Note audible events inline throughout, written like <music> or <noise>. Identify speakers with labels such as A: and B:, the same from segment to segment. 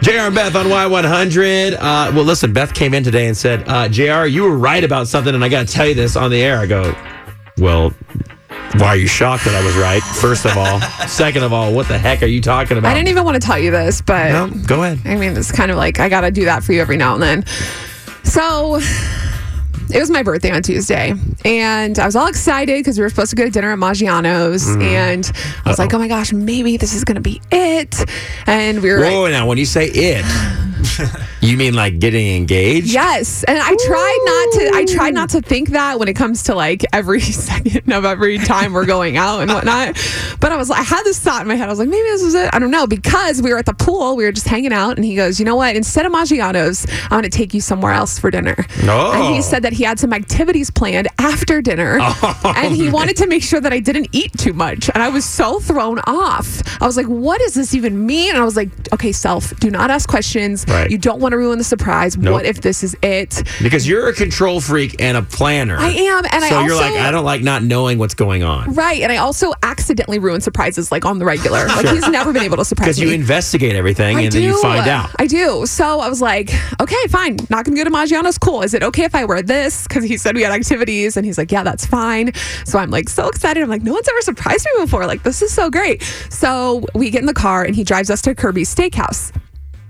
A: JR and Beth on Y100. Uh, well, listen, Beth came in today and said, uh, JR, you were right about something, and I got to tell you this on the air. I go, well, why are you shocked that I was right? First of
B: <laughs>
A: all. Second of all, what the heck are you talking about?
B: I didn't even want to tell you this, but
A: No, go ahead.
B: I mean, it's kind of like I got to do that for you every now and then. So it was my birthday on Tuesday, and I was all excited because we were supposed to go to dinner at Maggiano's,
A: Mm-hmm.
B: and I was like, oh my gosh, maybe this is going to be it. And we were like,
A: Whoa, now, when you say it,
B: <laughs>
A: you mean like getting engaged?
B: Yes, and I try not to. I try not to think that when it comes to like every <laughs> second of every time we're going out and whatnot. But I was, I had this thought in my head. I was like, maybe this is it. I don't know because we were at the pool. We were just hanging out, and he goes, you know what? Instead of Maggiano's, I want to take you somewhere else for dinner.
A: Oh.
B: And he said that he had some activities planned after dinner, and he wanted to make sure that I didn't eat too much. And I was so thrown off. I was like, what does this even mean? And I was like, okay, self, do not ask questions.
A: Right.
B: You don't want to ruin the surprise. What if this is it?
A: Because you're a control freak and a planner.
B: I am, and I
A: so you're
B: also-
A: like, I don't like not knowing what's going on.
B: Right. And I also accidentally ruin surprises like on the regular. Like he's never been able to surprise
A: Because
B: me.
A: you investigate everything and then you find out.
B: I do. So I was like, okay, fine. Not going to go to Maggiano's. Cool. Is it okay if I wear this? Because he said we had activities and he's like, yeah, that's fine. So I'm like, so excited. I'm like, no one's ever surprised me before. Like, this is so great. So we get in the car and he drives us to Kirby's Steakhouse.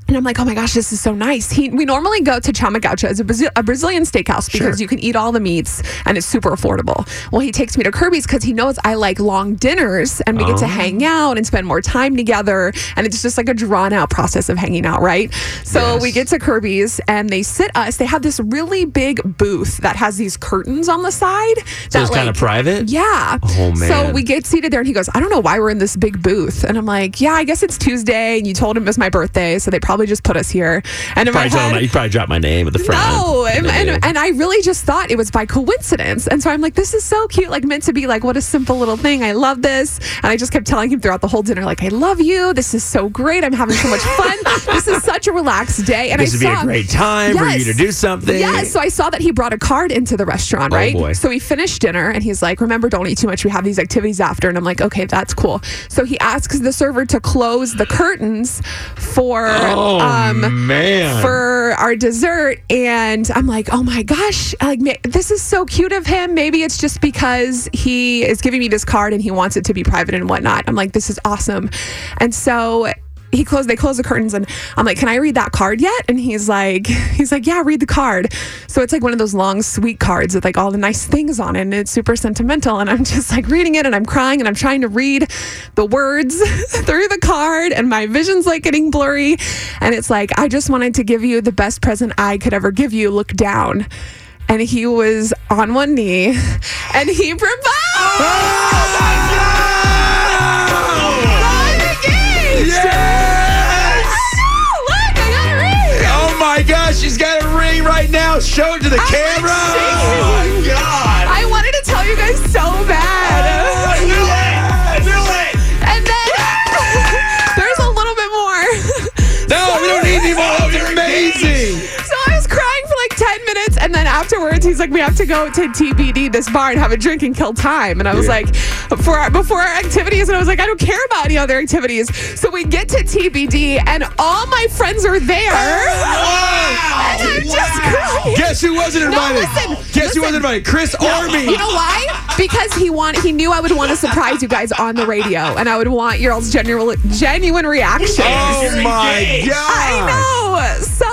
B: And I'm like, oh my gosh, this is so nice. He, we normally go to Chama Gaucha as a, Brazil, a Brazilian steakhouse because you can eat all the meats and it's super affordable. Well, he takes me to Kirby's because he knows I like long dinners and we get
A: Oh.
B: to hang out and spend more time together. And it's just like a drawn out process of hanging out, right? So we get to Kirby's and they sit us. They have this really big booth that has these curtains on the side.
A: So it's kind of private?
B: Yeah.
A: Oh, man.
B: So we get seated there, and he goes, "I don't know why we're in this big booth." And I'm like, "Yeah, I guess it's Tuesday, and you told him it was my birthday, so they probably just put us here." And in my
A: Probably tell them,
B: head,
A: you probably dropped my name at the front.
B: no, and,
A: they
B: and,
A: do.
B: and I really just thought it was by coincidence. And so I'm like, this is so cute, like meant to be like, what a simple little thing. I love this. And I just kept telling him throughout the whole dinner, like, I love you. This is so great. I'm having so
A: <laughs>
B: much fun. this is such a relaxed day. And
A: this
B: I
A: would be
B: saw-
A: a great time for you to
B: Yes.
A: do something.
B: Yes. So I saw that he brought a card into the restaurant,
A: Oh,
B: right?
A: boy.
B: So we finished dinner and he's like, remember, don't eat too much. We have these activities after. And I'm like, okay, that's cool. So he asks the server to close the curtains for
A: Oh,
B: um
A: man.
B: for our dessert. And I'm like, oh my gosh, like ma- this is so cute of him. Maybe it's just because he is giving me this card and he wants it to be private and whatnot. I'm like, this is awesome. And so he closed they closed the curtains and I'm like, Can I read that card yet? And he's like <laughs> he's like, Yeah, read the card. So it's like one of those long sweet cards with like all the nice things on it and it's super sentimental. And I'm just like reading it and I'm crying and I'm trying to read the words <laughs> through the card and my vision's like getting blurry. And it's like, I just wanted to give you the best present I could ever give you. Look down. And he was on one knee <laughs> and he proposed.
A: Yes!
B: Oh, look, I got it right.
A: Oh my gosh, she's got a ring right now. Show it to the
B: I'm
A: camera.
B: like
A: Oh my god.
B: I wanted to tell you guys so
A: I
B: bad.
A: knew it. I knew it.
B: And then <laughs> there's a little bit more. <laughs>
A: No, we don't need any more. That was amazing.
B: So I was crying for like 10 minutes. And then afterwards, he's like, we have to go to TBD, this bar, and have a drink and kill time. And I was
A: Yeah.
B: like, for our, before our activities. And I was like, I don't care about any other activities. So we get to TBD, and all my friends are there.
A: <laughs> Wow.
B: And I'm just crying.
A: Guess who wasn't invited?
B: listen,
A: Guess who wasn't invited? Chris Army.
B: You know why? Because he want he knew I would want to surprise you guys on the radio, and I would want your all's genuine genuine reaction.
A: Oh my god.
B: I know. So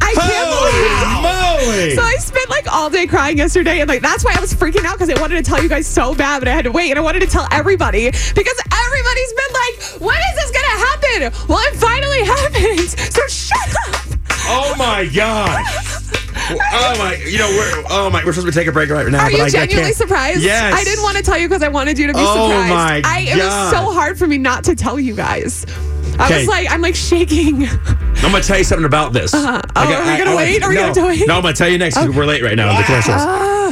B: I can't believe.
A: Holy moly.
B: So I spent like all day crying yesterday, and like that's why I was freaking out because I wanted to tell you guys so bad, but I had to wait, and I wanted to tell everybody because everybody's been like, "When is this gonna happen?" Well, it finally <laughs> happened. So shut up.
A: Oh my god. Oh my, you know we're oh my, we're supposed to take a break right now.
B: Are
A: but
B: you
A: I- I
B: genuinely
A: can't.
B: surprised?
A: Yes.
B: I didn't want to tell you because I wanted you to be
A: Oh,
B: surprised.
A: my
B: I it
A: God.
B: was so hard for me not to tell you guys. I
A: Okay.
B: was like, I'm like shaking. <laughs>
A: I'm gonna tell you something about this. Uh-huh.
B: Oh, are we gonna wait? Are we
A: no,
B: gonna wait?
A: No, I'm gonna tell you next. 'cause We're late right now. in The commercials.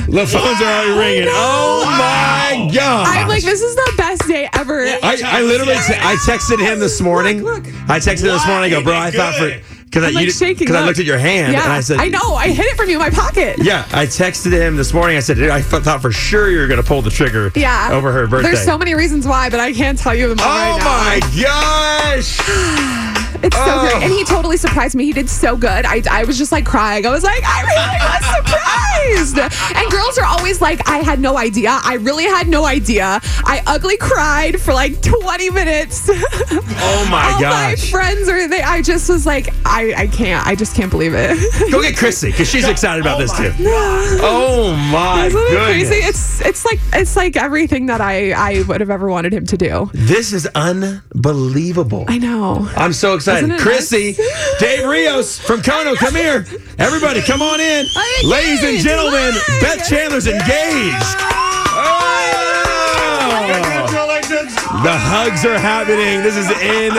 A: the phones are already ringing. Oh my god!
B: I'm like, this is the best day ever.
A: I, I literally, te- I texted him this morning.
B: Look, look.
A: I texted him this
C: Why
A: morning. I go,
C: is
A: bro,
C: it
A: I thought for
C: good?
A: because I
B: I'm like
A: you-
B: shaking.
A: 'cause I
B: up.
A: looked at your hand
B: yeah,
A: and I said,
B: I know. I hid it from you in my pocket.
A: Yeah, I texted him this morning. I said, dude, I f- thought for sure you were gonna pull the trigger.
B: Yeah.
A: over her birthday.
B: There's so many reasons why, but I can't tell you them all
A: Oh
B: right now.
A: my gosh!
B: It's so
A: Oh.
B: good. And he totally surprised me. He did so good. I, I was just like crying. I was like, I really was surprised. And girls are always like, I had no idea. I really had no idea. I ugly cried for like 20 minutes. <laughs>
A: Oh my
B: All my
A: gosh.
B: friends are they I just was like, I, I can't. I just can't believe it. <laughs>
A: Go get Chrissy because she's excited
B: Oh
A: about this too.
B: Isn't
A: Oh my
B: it
A: goodness.
B: crazy? It's it's like it's like everything that I, I would have ever wanted him to do.
A: This is unbelievable.
B: I know.
A: I'm so excited.
B: Isn't it
A: Chrissy, Dave Rios from Kono, come here. Everybody, come on in.
B: I'm
A: Ladies and
B: engaged.
A: gentlemen,
B: Yay.
A: Beth Chandler's engaged. Oh! The hugs are happening. This is insane.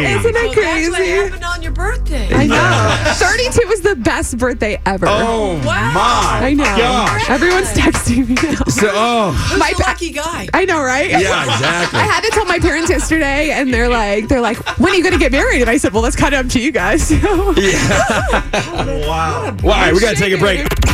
B: Isn't it
C: That's what
B: crazy?
C: happened on your birthday.
A: <laughs>
B: I know. 32 was the best birthday ever.
A: Oh
C: Wow.
A: my
B: I know.
A: gosh.
B: Everyone's texting me <laughs> now.
A: So, oh,
C: Who's
B: My
C: the
B: ba-
C: lucky guy?
B: I know, right?
A: yeah, exactly.
B: I had to tell my parents yesterday, and they're like, they're like, when are you going to get married? And I <laughs> said, well, that's kind of up to you guys.
A: Well, all right, we got to take a break.